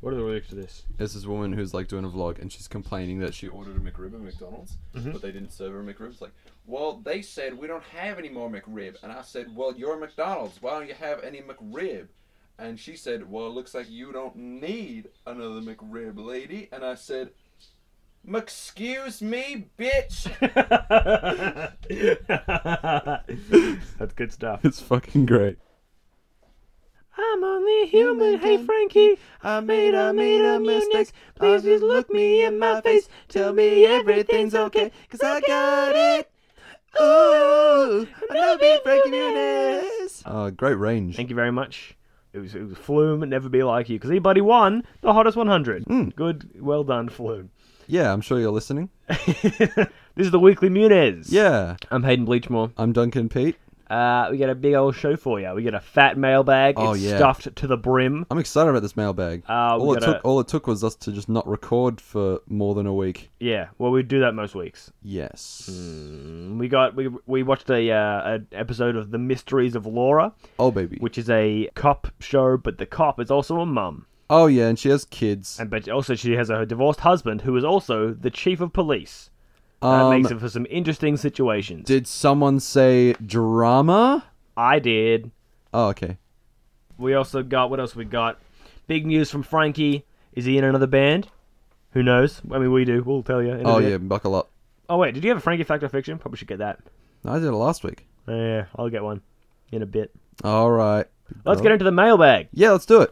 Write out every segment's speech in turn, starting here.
What are the lyrics to this? It's this woman who's like doing a vlog and she's complaining that she ordered a McRib at McDonald's, Mm-hmm. but they didn't serve her McRib. It's like, well, they said we don't have any more McRib, and I said, well, you're McDonald's. Why don't you have any McRib? And she said, well, it looks like you don't need another McRib, lady. And I said, excuse me, bitch. That's good stuff. It's fucking great. I'm only human, hey Frankie. I made a made a mistake. Please just look me in my face. Tell me everything's okay, cause I got it. Ooh, I'm not being Frankie Muniz. Uh, great range. Thank you very much. It was, it was Flume, Never Be Like You, because he bloody won the Hottest 100. Good, well done, Flume. Yeah, I'm sure you're listening. this is the Weekly Muniz. Yeah, I'm Hayden Bleachmore. I'm Duncan Pete. Uh, we got a big old show for you. We got a fat mailbag. Oh, it's yeah. stuffed to the brim. I'm excited about this mailbag. Uh, we all it gotta- took, all it took was us to just not record for more than a week. Yeah, well, we do that most weeks. Yes. Hmm. We got we we watched a uh, an episode of The Mysteries of Laura, Oh baby. which is a cop show, but the cop is also a mum, Oh yeah, and she has kids. and but also she has a divorced husband who is also the chief of police. Um, that makes it for some interesting situations. Did someone say drama? I did. Oh okay. We also got what else we got? Big news from Frankie. Is he in another band? Who knows? I mean, we do. We'll tell you. in a Oh bit. yeah, buckle up. Oh wait, did you have a Frankie fact or fiction? Probably should get that. I did it last week. Uh, yeah, I'll get one in a bit. All right. Let's get into the mailbag. Yeah, let's do it.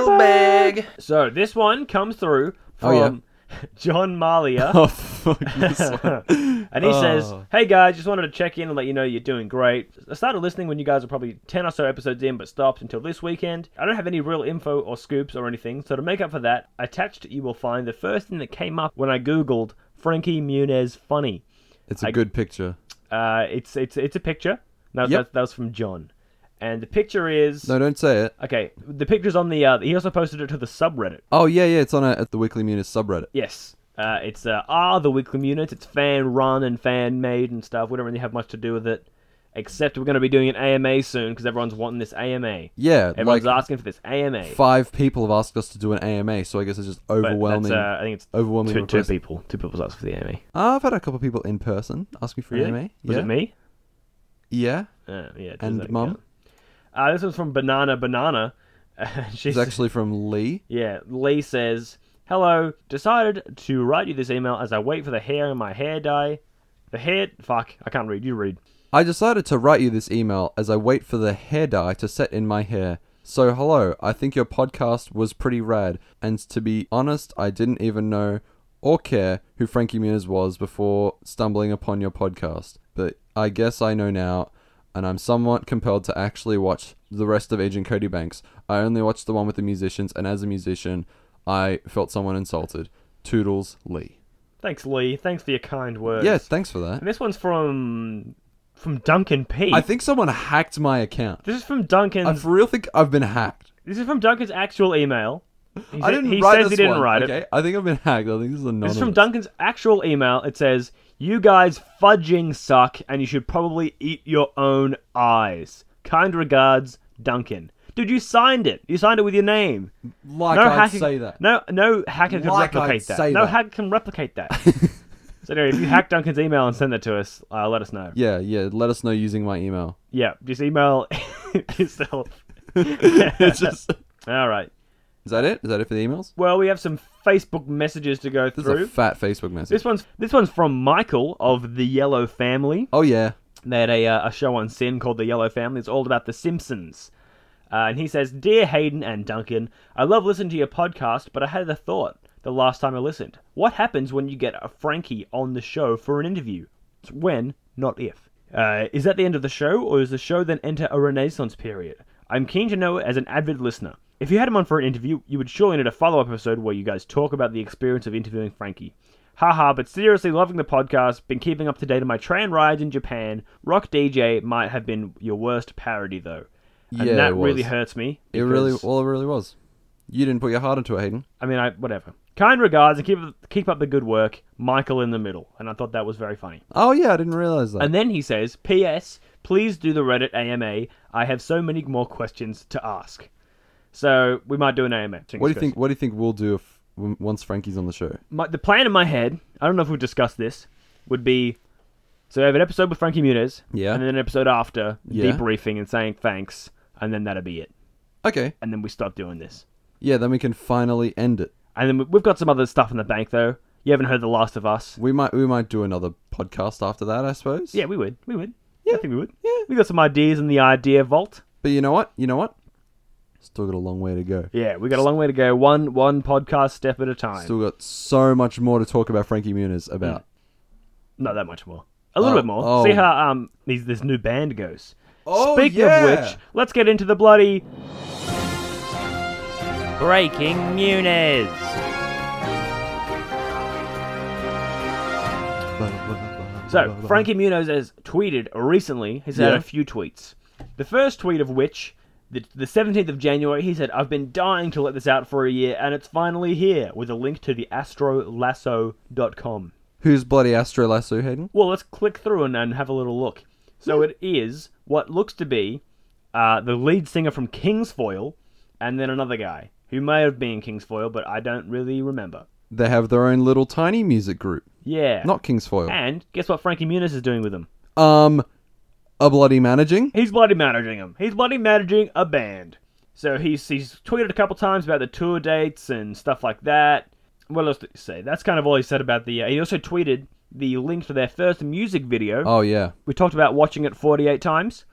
Mailbag. So this one comes through Oh, from yeah. John Malia. Oh fuck. this one. and he says, Oh. Hey guys, just wanted to check in and let you know you're doing great. I started listening when you guys were probably 10 or so episodes in, but stopped until this weekend. I don't have any real info or scoops or anything, so to make up for that, attached you will find the first thing that came up when I Googled Frankie Muniz funny. It's a I- good picture. Uh, it's, it's, it's a picture. No, Yep. that, that was from John. And the picture is. No, don't say it. Okay, the picture's on the. Uh, he also posted it to the subreddit. Oh yeah, yeah. It's on a, at the Weekly Munis subreddit. Yes. Uh, it's uh, R, the weekly unit. It's fan run and fan made and stuff. We don't really have much to do with it. Except we're going to be doing an AMA soon because everyone's wanting this AMA. Yeah, Everyone's like asking for this AMA. five people have asked us to do an AMA, so I guess it's just But that's, overwhelming. uh, I think it's overwhelming two, two request. people. Two people's asked for the AMA. I've had a couple people in person ask me for an AMA. Was yeah. it me? Yeah. Uh, yeah. does And that mum? count? Uh, this one's from Banana Banana. She's It's actually from Lee. Yeah, Lee says, Hello, decided to write you this email as I wait for the hair in my hair dye. The hair. Fuck, I can't read. You read. I decided to write you this email as I wait for the hair dye to set in my hair. So, hello, I think your podcast was pretty rad, and to be honest, I didn't even know or care who Frankie Muniz was before stumbling upon your podcast. But I guess I know now, and I'm somewhat compelled to actually watch the rest of Agent Cody Banks. I only watched the one with the musicians, and as a musician, I felt someone insulted. Toodles Lee. Thanks, Lee. Thanks for your kind words. Yeah, thanks for that. And this one's from from Duncan P. I think someone hacked my account. this is from Duncan's. I for real think I've been hacked. this is from Duncan's actual email. He I sa- didn't he write says this he didn't one, write okay? it. I think I've been hacked. I think this is anonymous. This is from Duncan's actual email. It says, "You guys fudging suck, and you should probably eat your own eyes." Kind regards, Duncan. Dude, you signed it. You signed it with your name. Like no I'd hacker say that. No, no hacker can Like I'd replicate that. say No that. hacker can replicate that. so anyway, if you hack Duncan's email and send that to us, uh, let us know. Yeah, yeah. Let us know using my email. Yeah, just email yourself. it's just. All right. Is that it? Is that it for the emails? Well, we have some Facebook messages to go This through. is a fat Facebook message. this one's this one's from Michael of the Yellow Family. oh yeah. They had a, uh, a show on Sin called The Yellow Family. It's all about The Simpsons. Uh, and he says, Dear Hayden and Duncan, I love listening to your podcast, but I had a thought the last time I listened. What happens when you get a Frankie on the show for an interview? It's when, not if. Uh, is that the end of the show, or does the show then enter a renaissance period? I'm keen to know as an avid listener. If you had him on for an interview, you would surely need a follow up episode where you guys talk about the experience of interviewing Frankie. Haha, but seriously, loving the podcast. Been keeping up to date on my train rides in Japan. Rock DJ might have been your worst parody, though. And Yeah, that it really was. hurts me. It really. because- Well, it really was. You didn't put your heart into it, Hayden. I mean, I whatever. Kind regards and keep keep up the good work, Michael in the middle. And I thought that was very funny. Oh yeah, I didn't realize that. And then he says, "P.S. Please do the Reddit AMA. I have so many more questions to ask." So we might do an AMA. What do you think? What do you think we'll do if w- once Frankie's on the show? My, the plan in my head, I don't know if we've discussed this, would be so I have an episode with Frankie Muniz, Yeah. and then an episode after Yeah. debriefing and saying thanks, and then that'll be it, Okay. and then we stop doing this, Yeah, then we can finally end it. and then we- we've got some other stuff in the bank though. You haven't heard The Last of Us? We might we might do another podcast after that, I suppose. Yeah, we would, we would. Yeah. I think we would. Yeah. We got some ideas in the idea vault. But you know what? You know what? Still got a long way to go. Yeah, we got a long way to go. One one podcast step at a time. Still got so much more to talk about Frankie Muniz about. Not that much more. A little Oh, bit more. oh. See how um these, this new band goes. Oh, Speaking yeah. of which, let's get into the bloody breaking Muniz. Mm. So Frankie Muniz has tweeted recently. He's had Yeah. a few tweets. The first tweet of which, the the seventeenth of January, he said, "I've been dying to let this out for a year, and it's finally here." With a link to the astrolasso.com. Who's bloody Astro Lasso Hayden? Well, let's click through and, and have a little look. So it is what looks to be uh, the lead singer from Kingsfoil, and then another guy who may have been Kingsfoil, but I don't really remember. They have their own little tiny music group. Yeah. Not Kingsfoil. and guess what Frankie Muniz is doing with them? Um a bloody managing? He's bloody managing them. He's bloody managing a band. So he's he's tweeted a couple times about the tour dates and stuff like that. What else did he say? That's kind of all he said about the. Uh, he also tweeted the link to their first music video. Oh yeah. We talked about watching it 48 times,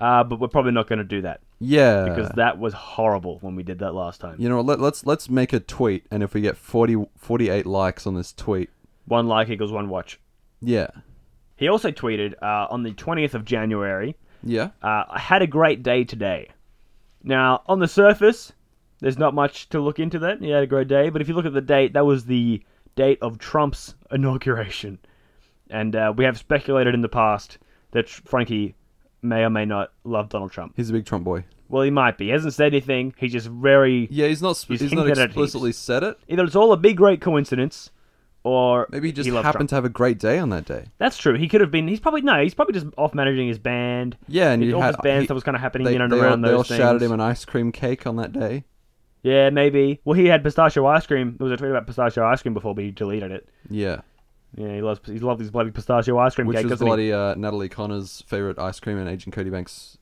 uh, but we're probably not going to do that Yeah. because that was horrible when we did that last time. you know, what, let, let's let's make a tweet and if we get 40 48 likes on this tweet. One like equals one watch. Yeah. He also tweeted uh, on the 20th of January, Yeah. uh, I had a great day today. Now, on the surface, there's not much to look into that. He had a great day, but if you look at the date, that was the date of Trump's inauguration. And uh, we have speculated in the past that Frankie may or may not love Donald Trump. He's a big Trump boy. Well, he might be. He hasn't said anything. He's just very Yeah, he's not sp- He's he's, not hinted at heaps. explicitly said it. either it's all a big great coincidence or Maybe he just loves happened Trump. to have a great day on that day. That's true. He could have been. He's probably no. He's probably just off managing his band. Yeah, and It's you all had this band he- stuff was kind of happening they, in and they all- around they all those things. shouted him an ice cream cake on that day. yeah, maybe. Well, he had pistachio ice cream. There was a tweet about pistachio ice cream before, but he deleted it. Yeah, Yeah, he loves. He loved his bloody pistachio ice cream which cake. was doesn't he? bloody uh, Natalie Connor's favorite ice cream and Agent Cody Banks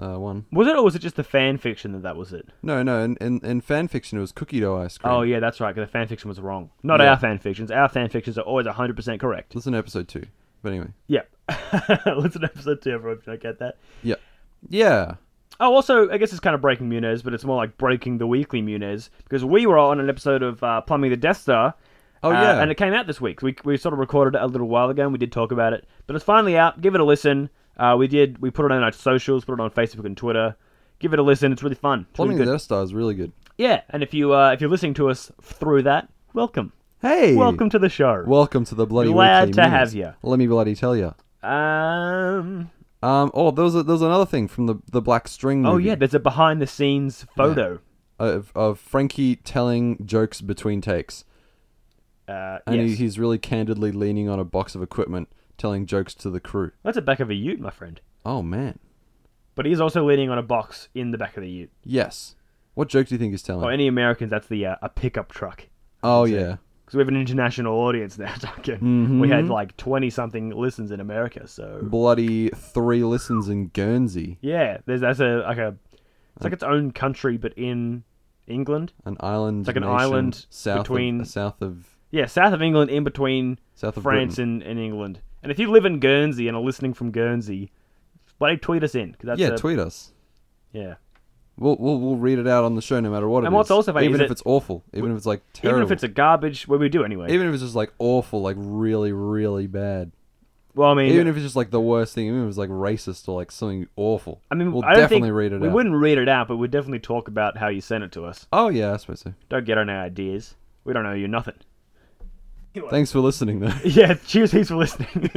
uh, one. Was it or was it just the fan fiction that that was it? No, no, in, in in fan fiction it was cookie dough ice cream. Oh yeah, that's right. 'cause the fan fiction was wrong. Not Yeah. our fan fictions. Our fan fictions are always hundred percent correct. listen to episode two. But anyway, Yep. Listen to episode two, everyone. If you don't get that. yeah, yeah, Oh, also, I guess it's kind of breaking Munez, but it's more like breaking the weekly Munez because we were on an episode of uh, Plumbing the Death Star. Oh, uh, yeah. and it came out this week. We, we sort of recorded it a little while ago, and we did talk about it, but it's finally out. Give it a listen. Uh, we did. We put it on our socials, put it on Facebook and Twitter. Give it a listen. It's really fun. It's really Plumbing the good. Death Star is really good. Yeah, and if you uh, if you're listening to us through that, welcome, Hey, welcome to the show. welcome to the bloody. Glad weekly to minutes. have ya. Let me bloody tell you. um. Um, oh, there was, a, there was another thing from the the Black String. Oh movie. yeah, there's a behind the scenes photo. of, of Frankie telling jokes between takes, Uh, and yes. he, he's really candidly leaning on a box of equipment, telling jokes to the crew. That's the back of a Ute, my friend. Oh man, But he's also leaning on a box in the back of the Ute. yes. What joke do you think he's telling? Or any Americans, that's the uh, a pickup truck. oh yeah, Because we have an international audience now, Duncan. Mm-hmm. We had like 20 something listens in America. So, bloody three listens in Guernsey, yeah, there's that's a like a it's like its own country, but in England. an island, like an nation island south between- of, uh, south of Yeah, south of England, in between South of France and, and England. And if you live in Guernsey and are listening from Guernsey, bloody tweet us in. 'cause that's yeah. a- tweet us. yeah. We'll, we'll we'll read it out on the show no matter what. it And what's is. also funny even is if that- it's awful, even if it's like terrible, Even if it's a garbage, well, we do anyway. even if it's just like awful, like really really bad. well, I mean, Even if it's just like the worst thing, even if it's like racist or like something awful. I mean, we'll I don't definitely think read it we out. wouldn't read it out, but we'd definitely talk about how you sent it to us. Oh yeah, I suppose so. Don't get on our ideas. We don't owe you nothing. Thanks for listening though. Yeah, cheers heaps for listening.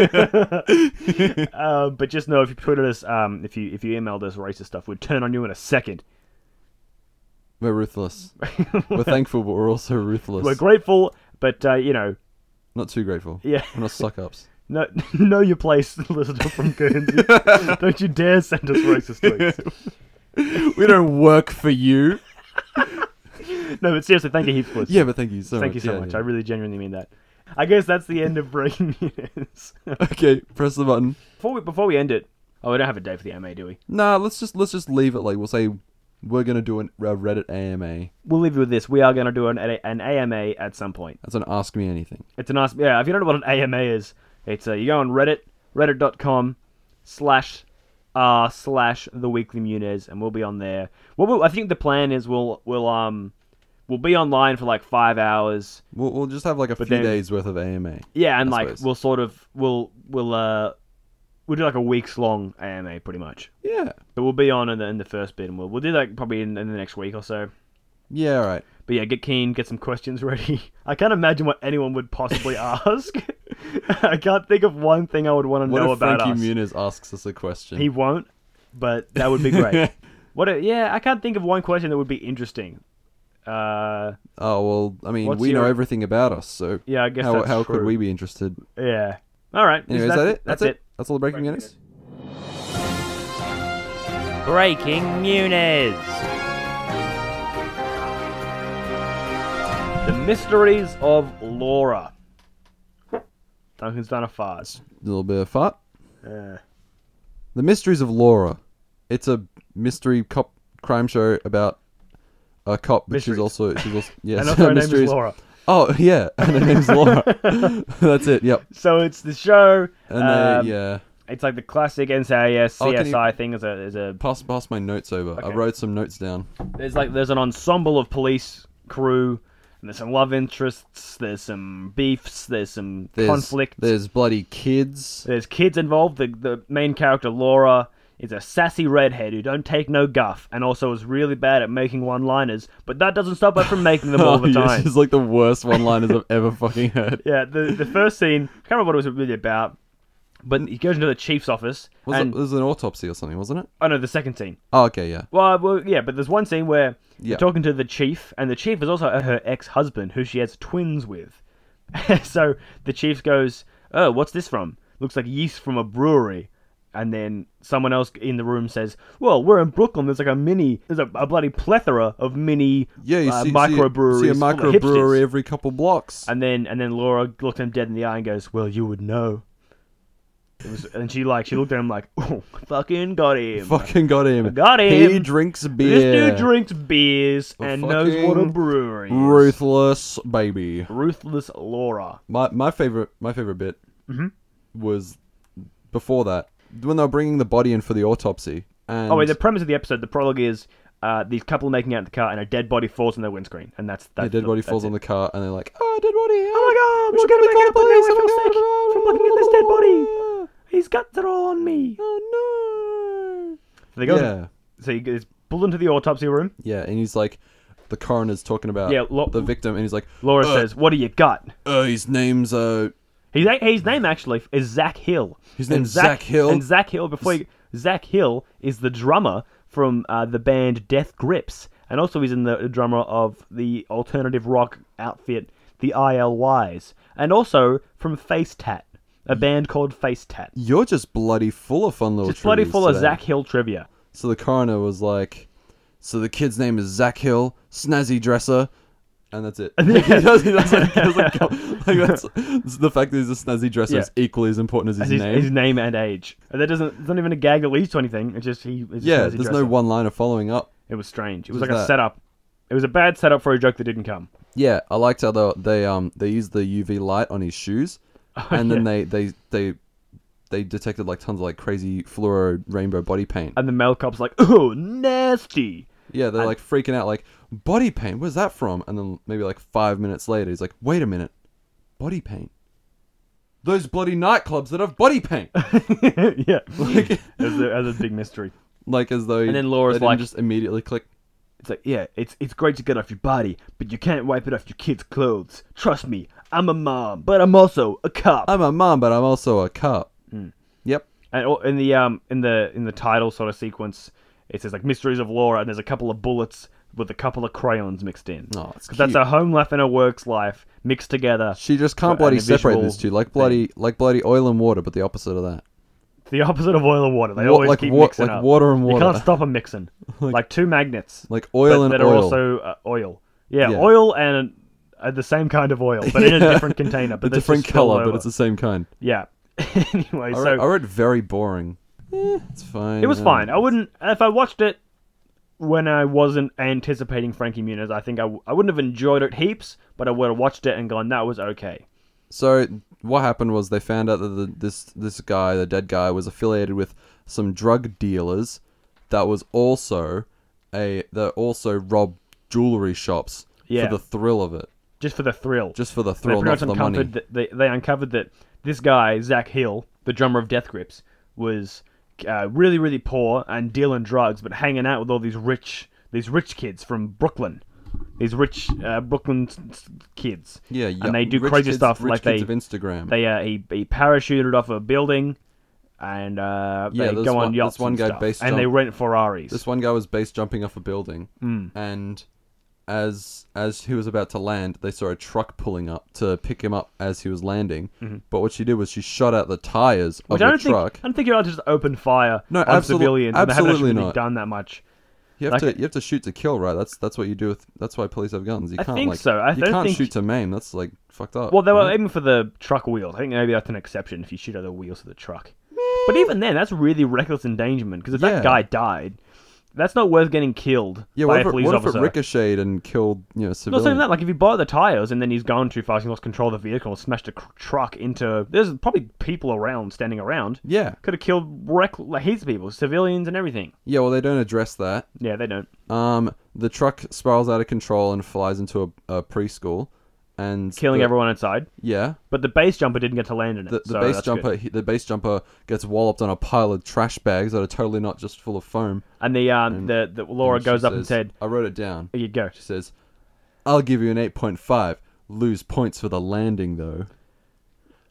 uh, but just know if you tweeted us, um, if you if you emailed us racist stuff, we'd turn on you in a second. We're ruthless. we're thankful, but we're also ruthless. We're grateful, but uh, you know, Not too grateful. yeah, We're not suck ups. no, know your place, listener from Guernsey. don't you dare send us racist tweets. we don't work for you. No, but seriously, thank you heaps for listening. Yeah, but thank you so thank you much. so Yeah, much. yeah. I really genuinely mean that. I guess that's the end of breaking news. Okay, press the button. before we before we end it, oh, we don't have a date for the AMA, do we? Nah, let's just let's just leave it like we'll say we're gonna do an, a Reddit AMA. We'll leave you with this. We are going to do an an AMA at some point. That's an ask me anything. It's an ask. Yeah, if you don't know what an AMA is, it's uh, you go on Reddit, reddit.com slash r slash the weekly Muniz, and we'll be on there. What we'll, I think the plan is we'll we'll um we'll be online for like five hours. We'll, we'll just have like a few then- days worth of AMA. Yeah, and I like suppose. we'll sort of we'll we'll uh we'll do like a weeks long AMA pretty much. Yeah. But we'll be on in the, in the first bit, and we'll we'll do that probably in, in the next week or so. Yeah. All right. But yeah, get keen, get some questions ready. I can't imagine what anyone would possibly ask. I can't think of one thing I would want to What know if about Frankie us. Muniz asks us a question? He won't, but that would be great. what? A, yeah, I can't think of one question that would be interesting. Uh, oh well, I mean, What's we know your- everything about us, so yeah, I guess how that's how true. could we be interested? Yeah. All right. Anyway, is that's that it? That's, it. That's all the breaking news. Breaking Muniz. The mysteries of Laura. Duncan's done a fart. A little bit of fart. Yeah. The Mysteries of Laura. It's a mystery cop crime show about a cop, but Mysteries. she's also she's also yes, And also her name mysteries. is Laura. Oh yeah, and her name's Laura. That's it. Yep. So it's the show. And um, they, yeah, It's like the classic NCIS Oh, can you- CSI thing. Is a is a pass pass my notes over. I okay. wrote some notes down. there's like there's an ensemble of police crew. And there's some love interests. There's some beefs. There's some There's, conflict. There's bloody kids. There's kids involved. The, the main character, Laura, is a sassy redhead who don't take no guff and also is really bad at making one-liners, but that doesn't stop her from making them all Oh, the yeah, time. she's like the worst one-liners I've ever fucking heard. Yeah, the, the first scene, I can't remember what it was really about, but he goes into the chief's office, Was and, it, it was an autopsy or something, wasn't it? oh no, the second scene. Oh, okay, yeah. Well, uh, well, yeah, but there's one scene where Yeah. you're talking to the chief, and the chief is also her ex-husband, who she has twins with. so the chief goes, "Oh, what's this from? Looks like yeast from a brewery." And then someone else in the room says, "Well, we're in Brooklyn. There's like a mini, there's a, a bloody plethora of mini Yeah, you uh, see, microbreweries, see, see a full of microbrewery hipsters." every couple blocks. And then and then Laura looked him dead in the eye and goes, "Well, you would know." It was, and she like she looked at him like, "Oh, fucking got him." Fucking got him. Got He him. drinks beer. This dude drinks beers and knows what a fucking brewery is. Ruthless baby. Ruthless Laura. My my favorite my favorite bit Mm-hmm. was before that when they were bringing the body in for the autopsy. And Oh wait, the premise of the episode, the prologue is uh, these couple making out in the car, and a dead body falls on their windscreen, and that's the that's dead the- body that's falls it. on the car, and they're like, "Oh, dead body! Oh my god, we're gonna make out the police. I'm sick from we should probably call the police, oh my God, looking at this dead oh body. He's got it all on me. oh no!" So they go. Yeah. So he gets pulled into the autopsy room. Yeah, and he's like, the coroner's talking about Yeah, lo- the victim, and he's like, Laura "Uh, says, "What do you got?" uh, his name's uh, His, his name actually is Zach Hill. His And name's Zach Hill? And Zach Hill, before you, Zach Hill is the drummer from uh, the band Death Grips, and also he's in the the drummer of the alternative rock outfit the ILYs, and also from Face Tat, a band called Face Tat. you're just bloody full of fun little It's bloody trivias full of today." Zach Hill trivia. So the coroner was like, so the kid's name is Zach Hill, snazzy dresser, and that's it. Like, he does- he does, like, he does, like, go- like, that's- the fact that he's a snazzy dresser Yeah. is equally as important as his, His his name. name. and age. And that doesn't. It's not even a gag or lead to anything. It's just he. It's just yeah, as he there's no dressed up. one liner following up. It was strange. It was, was like a that? setup. It was a bad setup for a joke that didn't come. Yeah, I liked how they, they um they used the UV light on his shoes, and then they, they they they detected like tons of like crazy fluoro rainbow body paint. And the male cop's like, "Oh, nasty." Yeah, they're like freaking out, like body paint. Where's that from? And then maybe like five minutes later, he's like, "Wait a minute, body paint." Those bloody nightclubs that have body paint, yeah, as, a, as a big mystery. like as though. And then Laura's they didn't like- just immediately click. It's like, yeah, it's it's great to get off your body, but you can't wipe it off your kid's clothes. Trust me, I'm a mom, but I'm also a cop. I'm a mom, but I'm also a cop. Yep. and all- in the um in the in the title sort of sequence, it says like mysteries of Laura, and there's a couple of bullets with a couple of crayons mixed in. Oh, it's 'Cause that's cute. her home life and her work's life mixed together. She just For can't an bloody separate individual these two, like bloody like bloody oil and water, but the opposite of that. the opposite of oil and water. They Wa- always like keep wa- mixing like up. water and You water. can't stop them mixing. like, two magnets. Like oil but and that oil. are also uh, oil. Yeah, Yeah. oil and uh, the same kind of oil, but in a Yeah. different container. But a that's just different spilled color, but over. it's the same kind. yeah. anyway, I so read, I read very boring. Eh, it's fine. it was uh, fine. I wouldn't if I watched it when I wasn't anticipating Frankie Muniz. I think I, w- I wouldn't have enjoyed it heaps, but I would have watched it and gone, that was okay. So what happened was they found out that the, this this guy, the dead guy, was affiliated with some drug dealers. That was also a that also robbed jewelry shops Yeah. for the thrill of it, Just for the thrill. just for the they thrill, pretty much not for the uncovered money. that they, they uncovered that this guy Zach Hill, the drummer of Death Grips, was uh, really really poor and dealing drugs, but hanging out with all these rich these rich kids from Brooklyn, these rich uh, Brooklyn s- s- kids. yeah, yeah, and they do rich crazy kids- stuff rich like kids they of Instagram. they uh, he, he parachuted off a building. And uh, Yeah, they there's go on one- yachts there's one and guy stuff, base and they jump- rent Ferraris. this one guy was base jumping off a building, Hmm. and as as he was about to land, they saw a truck pulling up to pick him up as he was landing. But what she did was she shot out the tires Mm-hmm. Which I of don't the truck. think I don't think you're allowed to just open fire No, on absolute- civilians. and they haven't absolutely actually really not. done that much. You have Like- to you have to shoot to kill, right? That's that's what you do with that's why police have guns. You I can't think like so. I you don't can't think- shoot to maim. That's like fucked up. Well, they were right? aiming for the truck wheels. I think maybe that's an exception if you shoot at the wheels of the truck. But even then, that's really reckless endangerment because if Yeah. that guy died, that's not worth getting killed yeah. by What if, a it, police what if officer. it ricocheted and killed you know not saying civilians? that, like if you bought the tires and then he's gone too fast, he lost control of the vehicle, and smashed a cr- truck into. There's probably people around, standing around. Yeah, Could have killed wreck- like, heaps of people, civilians and everything. yeah. Well, they don't address that. Yeah, they don't. Um, the truck spirals out of control and flies into a, a preschool, and Killing the- everyone inside. Yeah, But the base jumper didn't get to land in it. the, the so base that's good. jumper he, the base jumper gets walloped on a pile of trash bags that are totally not just full of foam. And the, um, the, the Laura She goes up and says- said, "I wrote it down." Here you go. She says, "I'll give you an eight point five. Lose points for the landing though."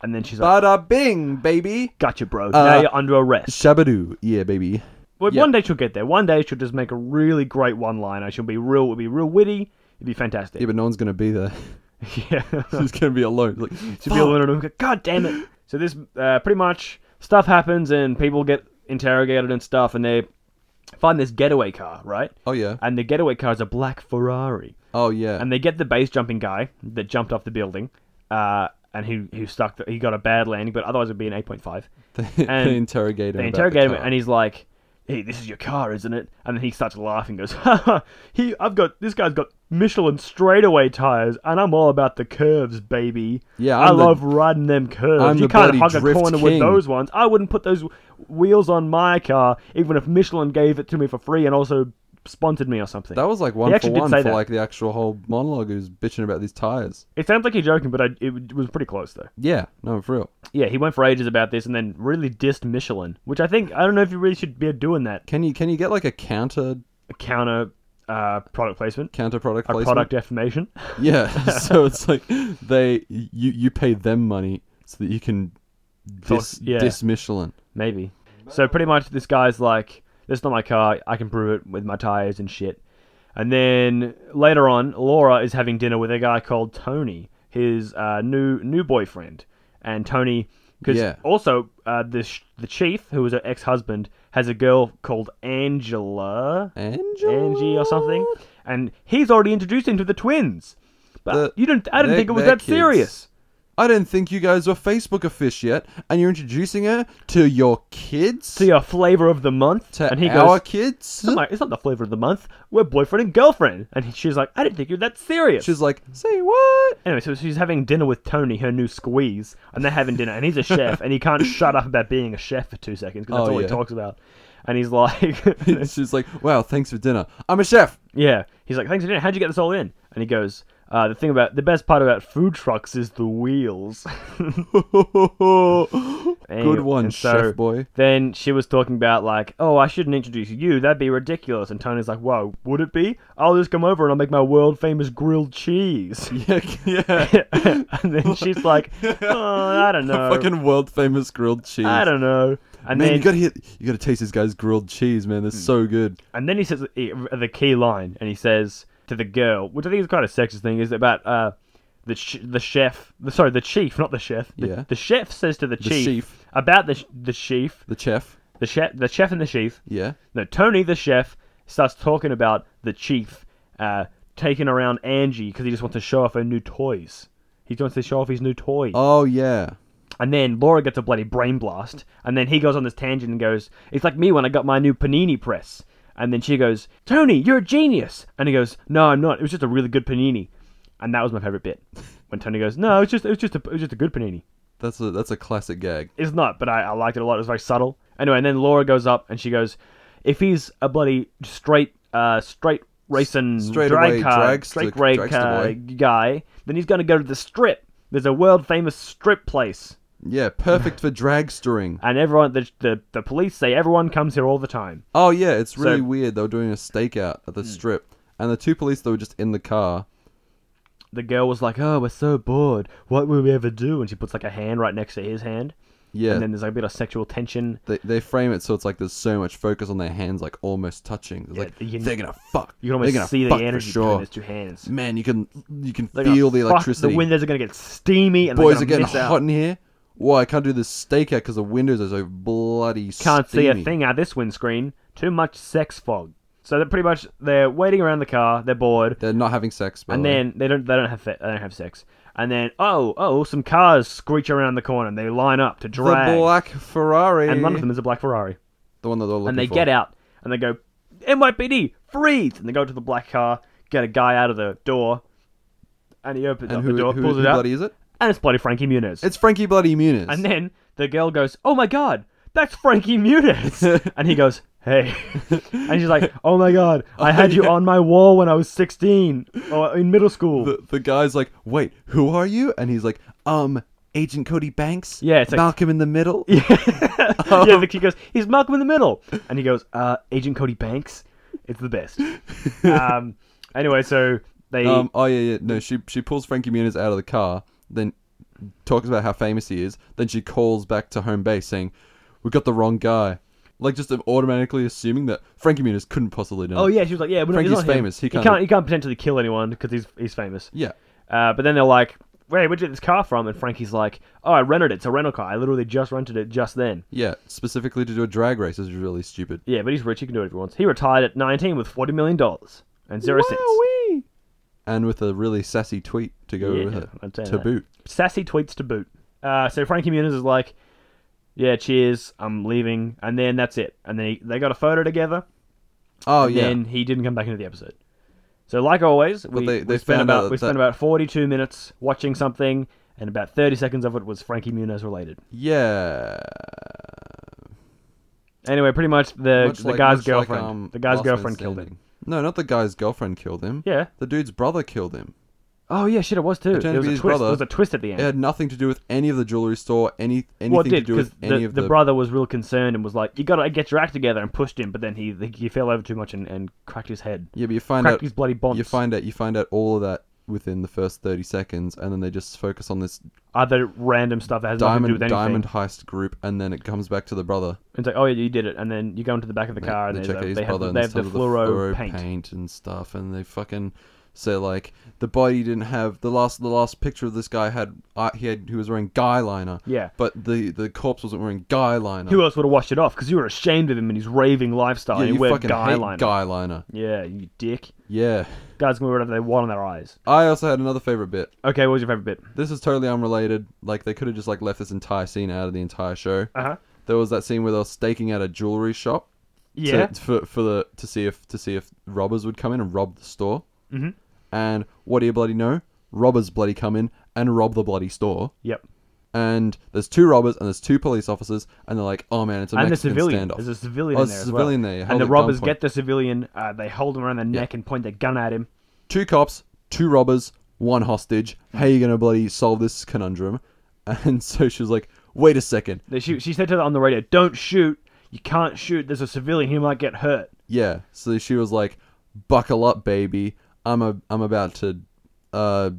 And then she's like, Bada bing, baby. Gotcha, bro. Uh, now you're under arrest. Shabadoo, yeah, baby. Well, yeah. One day she'll get there. One day she'll just make a really great one-liner. She'll be real. It'll be real witty. It'd be fantastic. Yeah, but no one's gonna be there. Yeah. She's gonna be alone. Like, she'll be alone and go, God damn it. So this uh, pretty much stuff happens and people get interrogated and stuff, and they find this getaway car, right? Oh yeah. And the getaway car is a black Ferrari, Oh yeah. and they get the base jumping guy that jumped off the building, uh, and who who stuck. The, he got a bad landing, but otherwise it'd be an eight point five. they, and they interrogate him. They about interrogate the him, and he's like, "Hey, this is your car, isn't it?" And then he starts laughing, goes, "Ha ha! He, I've got this guy's got Michelin straightaway tires, and I'm all about the curves, baby. Yeah, I I'm the- love riding them curves. I'm you the can't bloody hug a drift corner with king." those ones. I wouldn't put those wheels on my car, even if Michelin gave it to me for free and also sponsored me or something. That was like one for actually did one say for that. like the actual whole monologue. Who's bitching about these tires? It sounds like you're joking, but I, it was pretty close though. Yeah, no, for real. Yeah, he went for ages about this, and then really dissed Michelin, which I think I don't know if you really should be doing that Can you can you get like a counter counter uh, product placement. counter product a placement? product defamation. Yeah. so it's like they you you pay them money so that you can dis, yeah. dis Michelin. Maybe. So pretty much this guy's like, "This is not my car. I can prove it with my tires and shit." And then later on, Laura is having dinner with a guy called Tony, his uh, new new boyfriend, and Tony. Because Yeah. also uh, the sh- the chief, who was her ex husband, has a girl called Angela, Angela? Angie or something, and he's already introduced him to the twins. But The- you didn't. I didn't they- think it was they're that kids. serious. I didn't think you guys were Facebook a fish yet, and you're introducing her to your kids, To your flavor of the month, to and he goes, our kids. I'm like, it's not the flavor of the month. We're boyfriend and girlfriend. And he- she's like, I didn't think you were that serious. She's like, say what? anyway, so she's having dinner with Tony, her new squeeze, and they're having dinner. And he's a chef, and he can't shut up about being a chef for two seconds because that's Oh, all yeah. he talks about. And he's like, She's like, wow, thanks for dinner. I'm a chef. Yeah. He's like, thanks for dinner. How'd you get this all in? And he goes, uh, the thing about the best part about food trucks is the wheels. Good Anyway, one, and so chef boy. Then she was talking about like, oh, I shouldn't introduce you. That'd be ridiculous. And Tony's like, whoa, would it be? I'll just come over and I'll make my world famous grilled cheese. Yeah, yeah. and then she's like, oh, I don't know. Fucking world famous grilled cheese. I don't know. And Man, then you gotta hit, you gotta taste this guy's grilled cheese, man. They're so good. and then he says the the key line, and he says to the girl, which I think is quite a sexist thing, is about uh, the ch- the chef, the, sorry, the chief, not the chef. The, Yeah. the chef says to the chief, chief. about the sh- the chief, The chef. the chef, the chef and the chief. Yeah. No, Tony the chef starts talking about the chief uh, taking around Angie because he just wants to show off her new toys. He wants to show off his new toy. Oh yeah. And then Laura gets a bloody brain blast. And then he goes on this tangent and goes, It's like me when I got my new panini press. And then she goes, Tony, you're a genius. And he goes, No, I'm not. It was just a really good panini. And that was my favorite bit. When Tony goes, No, it's just it was just a it was just a good panini. That's a that's a classic gag. It's not, but I, I liked it a lot. It was very subtle. Anyway, and then Laura goes up and she goes, If he's a bloody straight uh straight racing Straight drag away car dragster- straight rag dragster car boy." guy, then he's gonna go to the strip. There's a world famous strip place. Yeah, perfect for dragstering. and everyone the, the the police say everyone comes here all the time. Oh yeah, it's really So- Hmm. weird. They were doing a stakeout at the strip, and the two police that were just in the car. The girl was like, "Oh, we're so bored. What will we ever do?" And she puts like a hand right next to his hand, Yeah, and then there's like a bit of sexual tension. they, they frame it so it's like there's so much focus on their hands, like almost touching. It's like you can- they're gonna fuck. You can They're gonna almost see the fuck for energy sure. between his two hands. Man, you can you can They're gonna feel the fuck, electricity. The windows are gonna get steamy, and Boys they're gonna are getting miss out. hot in here. Whoa, I can't do this stakeout because the windows are so bloody. Can't see a steamy. thing out of this windscreen. Too much sex fog. So they're pretty much they're waiting around the car. They're bored. They're not having sex, by and the way. then they don't they don't have fe- they don't have sex. And then oh oh some cars screech around the corner and they line up to drag. the black Ferrari, and one of them is a black Ferrari. the one that they're looking and they for. get out and they go NYPD freeze and they go to the black car get a guy out of the door and he opens And up who, the door who, pulls who it out bloody is it? and it's bloody Frankie Muniz It's Frankie Bloody Muniz. and then the girl goes oh my god that's Frankie Muniz and he goes hey and she's like oh my god I had you on my wall when I was 16 or in middle school the, the guy's like, "Wait, who are you?" And he's like, "Um, Agent Cody Banks." Yeah, it's like- Malcolm in the Middle. oh. yeah the kid goes he's Malcolm in the middle and he goes uh Agent Cody Banks it's the best um anyway so they Um, oh yeah, yeah. No, she she pulls Frankie Muniz out of the car, then talks about how famous he is. Then she calls back to home base saying, "We got the wrong guy." Like just automatically assuming that Frankie Muniz couldn't possibly know. Oh yeah, she was like, yeah, but Frankie's it's not him. famous. He can't- He can't. He can't potentially kill anyone because he's he's famous. yeah. Uh, but then they're like, wait, where'd you get this car from? And Frankie's like, oh, I rented it. It's a rental car. I literally just rented it just then. Yeah, specifically to do a drag race is really stupid. Yeah, but he's rich. He can do whatever he wants. He retired at 19 with 40 million dollars and zero cents. Wowee! And with a really sassy tweet to go Yeah, with it. I'd say to that. boot. Sassy tweets to boot. Uh, so Frankie Muniz is like, yeah, cheers. I'm leaving. And then that's it. And then he, they got a photo together. Oh and yeah. Then he didn't come back into the episode. So like always, we, they- they we spent found out about that we spent that- about forty two minutes watching something, and about thirty seconds of it was Frankie Muniz related. Yeah. Anyway, pretty much the Much the like- guy's much like, girlfriend, um, the guy's Last Man girlfriend killed him. Standing. No, not the guy's girlfriend killed him. Yeah. The dude's brother killed him. Oh yeah, shit, it was too. turned There to was be a his twist. brother. There was a twist at the end. It had nothing to do with any of the jewelry store, any anything well, it did to do because with any the, of the the, brother was real concerned and was like, "You got to get your act together," and pushed him. But then he he fell over too much and, and cracked his head, Yeah, but you find cracked out his bloody bonds. you find out you find out all of that within the first 30 seconds and then they just focus on this other random stuff that has nothing to do diamond with anything. diamond heist group and then it comes back to the brother. It's like, oh yeah, you did it, and then you go into the back of the car and they there's check out a- his they have brother the, and they they have the have fluoro, paint. and stuff and they fucking say like the body didn't have the last the last picture of this guy had uh, he had he was wearing guy liner. Yeah. But the the corpse wasn't wearing guy liner. Who else would have washed it off? Because you were ashamed of him and his raving lifestyle. yeah, and you he wear fucking guy hate liner. guy liner. Yeah, you dick. Yeah. Guys can wear whatever they want on their eyes. I also had another favorite bit. Okay, what was your favorite bit? This is totally unrelated. Like they could have just like left this entire scene out of the entire show. Uh huh. There was that scene where they were staking out a jewelry shop. to- Yeah. for for the to see if to see if robbers would come in and rob the store. Mhm. And what do you bloody know? Robbers bloody come in and rob the bloody store. Yep. And there's two robbers and there's two police officers and they're like, oh man, it's a And the Mexican civilian. standoff. There's a civilian Oh, in there. there's as a well. civilian there, held And the at robbers gunpoint. get the civilian. Uh, they hold him around the neck and point their gun at him. two cops, two robbers, one hostage. Mm-hmm. How you gonna bloody solve this conundrum? And so she was like, wait a second. They shoot. She said to them on the radio, "Don't shoot. You can't shoot. There's a civilian. He might get hurt." Yeah. So she was like, "Buckle up, baby. I'm a I'm about to uh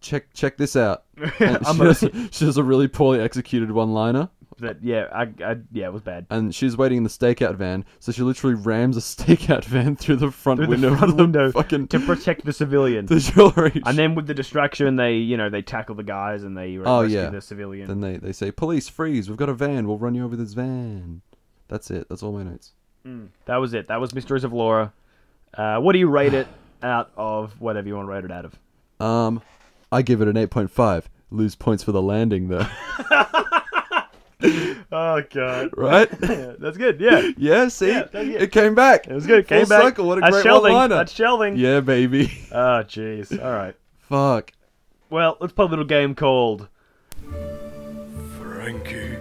check check this out." And I'm she, a- does, she does a really poorly executed one-liner But yeah, I, I yeah, it was bad. and she's waiting in the stakeout van, so she literally rams a stakeout van through the front Through window the front of the window fucking to protect the civilian. the jewelry. And then with the distraction, they you know they tackle the guys and they re- Oh, rescue yeah. the civilian. Then they, they say, Police, freeze, we've got a van, we'll run you over this van. That's it, that's all my notes. That was it. That was Mysteries of Laura. Uh, what do you rate it out of whatever you want to rate it out of? Um, I give it an 8.5. Lose points for the landing, though. Oh god, right? that's good. Yeah, yeah, see? that's it. it came back. it was good. Came Full back. circle, what a That's great shelving. one-liner. That's shelving. Yeah, baby. Oh jeez. All right. Fuck. Well, let's play a little game called Frankie,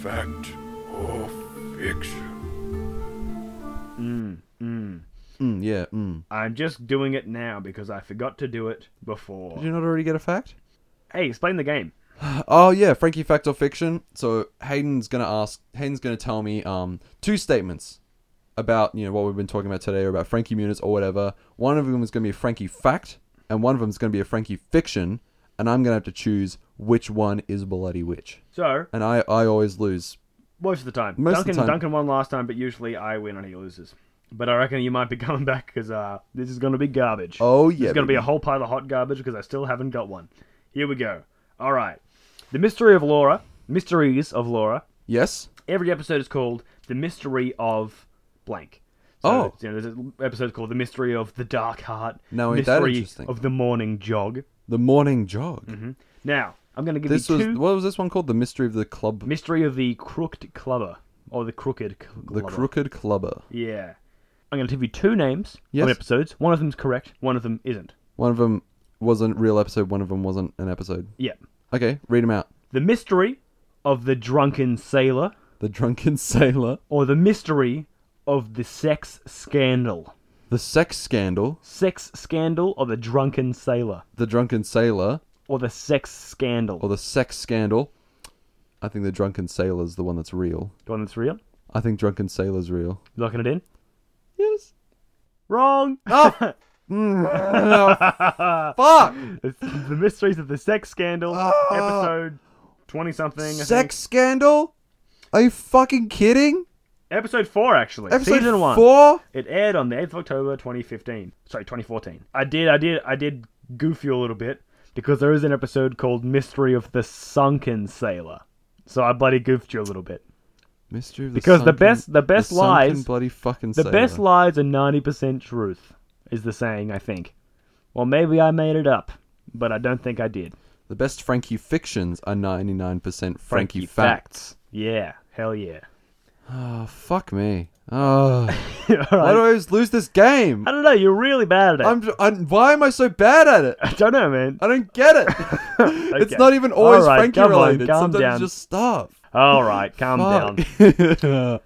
fact or fiction? Mm, yeah, mm. "I'm just doing it now because I forgot to do it before." Did you not already get a fact? Hey, explain the game. Oh yeah, Frankie fact or fiction. So Hayden's gonna ask. Hayden's gonna tell me um two statements about you know what we've been talking about today or about Frankie Muniz or whatever. One of them is gonna be a Frankie fact, and one of them is gonna be a Frankie fiction, and I'm gonna have to choose which one is bloody which. So And I I always lose. most of the time, Most of the Duncan time. Duncan won last time, but usually I win and he loses. But I reckon you might be coming back because uh, this is going to be garbage. Oh yeah, There's going to be baby. a whole pile of hot garbage because I still haven't got one. Here we go. All right. The Mystery of Laura. Mysteries of Laura. yes. Every episode is called The Mystery of Blank. Oh. You know, there's an episode called The Mystery of the Dark Heart. Now, ain't that Mystery interesting? of the Morning Jog. The morning jog. Now, I'm going to give This you was two. what was this one called? The mystery of the club, Mystery of the Crooked Clubber. Or the Crooked Clubber. the crooked clubber. Yeah. I'm going to give you two names Yes. of episodes. One of them's correct, one of them isn't. One of them wasn't real episode. One of them wasn't an episode. Yeah. Okay, read them out. The Mystery of the Drunken Sailor. The drunken sailor. or the mystery of the sex scandal. The sex scandal, Sex scandal or the drunken sailor. the drunken sailor, Or the sex scandal. or the sex scandal. I think the drunken sailor's the one that's real. the one that's real. I think drunken sailor's real. Locking it in. Yes. Wrong. Ah! Uh, Fuck! It's the mysteries of the sex scandal. episode twenty something. Ah! Sex scandal? Are you fucking kidding? Episode four actually. Episode Season one. four? It aired on the eighth of October, twenty fifteen. Sorry, twenty fourteen. I did, I did, I did goof you a little bit because there is an episode called "Mystery of the Sunken Sailor." So I bloody goofed you a little bit. Mystery of the Because the sunken- best- the best sunken lies- bloody fucking The sailor. best lies are ninety percent truth, is the saying I think. Well, maybe I made it up, but I don't think I did. the best Frankie fictions are ninety nine percent Frankie facts. Yeah, hell yeah. Oh fuck me. Oh, All why right. do I always lose this game? I don't know. You're really bad at it. I'm, I'm. Why am I so bad at it? I don't know, man. I don't get it. It's Okay. not even always All right, Frankie come on, related. calm Sometimes down. it's just stuff. All right, calm down. down.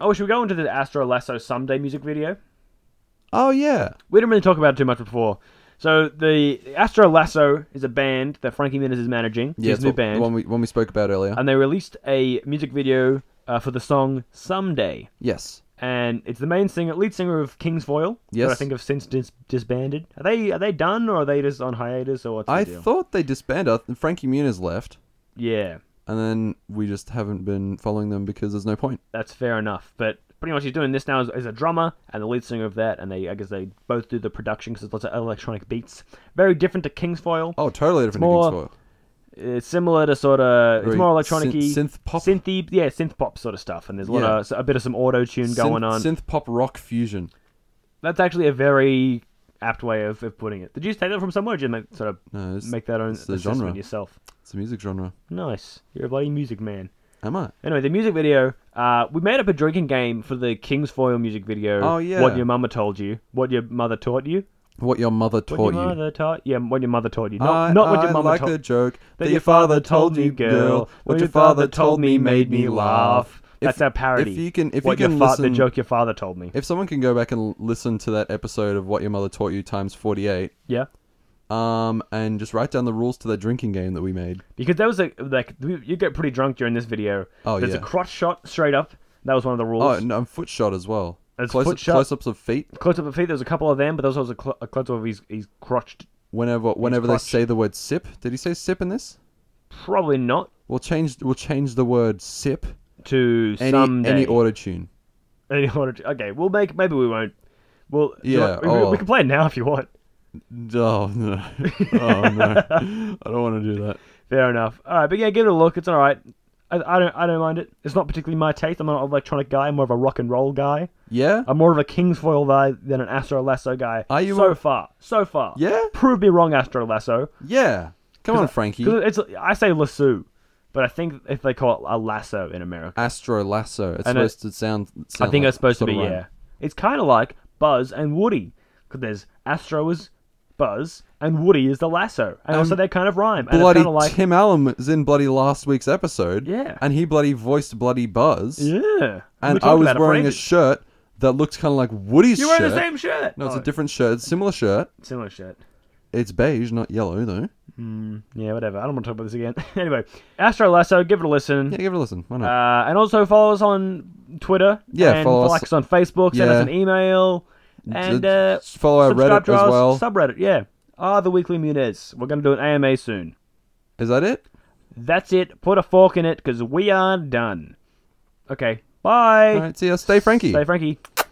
Oh, should we go into the Astro Lasso Someday music video? oh yeah. We didn't really talk about it too much before. So the Astro Lasso is a band that Frankie Muniz is managing. Yeah, his it's new what- band. the one we one we spoke about earlier. And they released a music video uh, for the song Someday. yes. and it's the main singer, lead singer of Kingsfoil. Yes. that I think have since dis- disbanded. Are they are they done or are they just on hiatus or what's I the deal? thought they disbanded and Frankie Muniz left yeah, and then we just haven't been following them because there's no point. that's fair enough. But pretty much he's doing this now as, as a drummer and the lead singer of that, and they I guess they both do the production because it's lots of electronic beats. Very different to Kingsfoil. Oh, totally different more to Kingsfoil. It's uh, similar to sort of it's Very more electronic syn- synth pop. synthy, yeah, synth pop sort of stuff. And there's a lot Yeah. of so- a bit of some auto tune going synth, on. synth pop rock fusion. That's actually a very apt way of, of putting it. Did you just take that from somewhere? Or did you make, sort of No, it's, make that own it's the assessment genre. yourself? it's a music genre. Nice. You're a bloody music man. Am I? Anyway, the music video, uh, we made up a drinking game for the Kingsfoil music video. Oh, yeah. What your mama told you. What your mother taught you. What your mother What taught your you. mother taught Yeah, what your mother taught you. Not, I, not what your I mama like taught the joke that your father told you, girl. What your father told me made me laugh. That's If- our parody. If you can, if what you can your fa- listen, the joke your father told me. if someone can go back and l- listen to that episode of What Your Mother Taught You times forty-eight, yeah. um, and just write down the rules to that drinking game that we made. Because that was a, like, we- you get pretty drunk during this video. Oh, There's yeah. a crotch shot straight up. That was one of the rules. Oh, and um, foot shot as well. That's Close, foot shot. Close-ups of feet. Close up of feet, there was a couple of them, but there was also a, cl- a close up of his, his crotched. Whenever, whenever they crotch. say the word "sip," did he say "sip" in this? Probably not. We'll change we'll change the word sip to any someday. any auto tune. Any order. Okay, we'll make. Maybe we won't. We'll. do you Yeah, want- we, oh. we can play it now if you want. Oh no! Oh no! I don't want to do that. Fair enough. All right, but yeah, give it a look. It's all right. I, I don't. I don't mind it. It's not particularly my taste. I'm not an electronic guy. I'm more of a rock and roll guy. Yeah. I'm more of a Kingsfoil guy than an Astro Lasso guy. Are you so a- far? So far. Yeah? Prove me wrong, Astro Lasso. Yeah. Come on, Frankie. 'Cause it's. I say lasso, but I think if they call it a lasso in America, Astro Lasso. It's And it- supposed to sound, I sound think like it's supposed to sort be of rhyme. yeah. It's kind of like Buzz and Woody, because there's Astro is Buzz and Woody is the lasso, and also they kind of rhyme. And it's Bloody kind of like Tim Allen was in bloody last week's episode. Yeah. And he bloody voiced bloody Buzz. yeah. We And talked I was about it for wearing a ages. shirt that looked kind of like Woody's You shirt. wearing the same shirt? No, it's Oh, a different shirt. It's a similar shirt. similar shirt. It's beige, not yellow though. Yeah, whatever. I don't want to talk about this again. anyway, Astro Lasso, give it a listen. Yeah, give it a listen. Why not? Uh, and also follow us on Twitter. Yeah, and follow us- on Facebook. Send Yeah. us an email. And D- uh, follow our subscribe Reddit to as our well. subreddit. Yeah, are the Weekly Muniz. We're gonna do an AMA soon. Is that it? That's it. Put a fork in it because we are done. Okay. Bye. All right. See ya. Stay Frankie. Stay Frankie.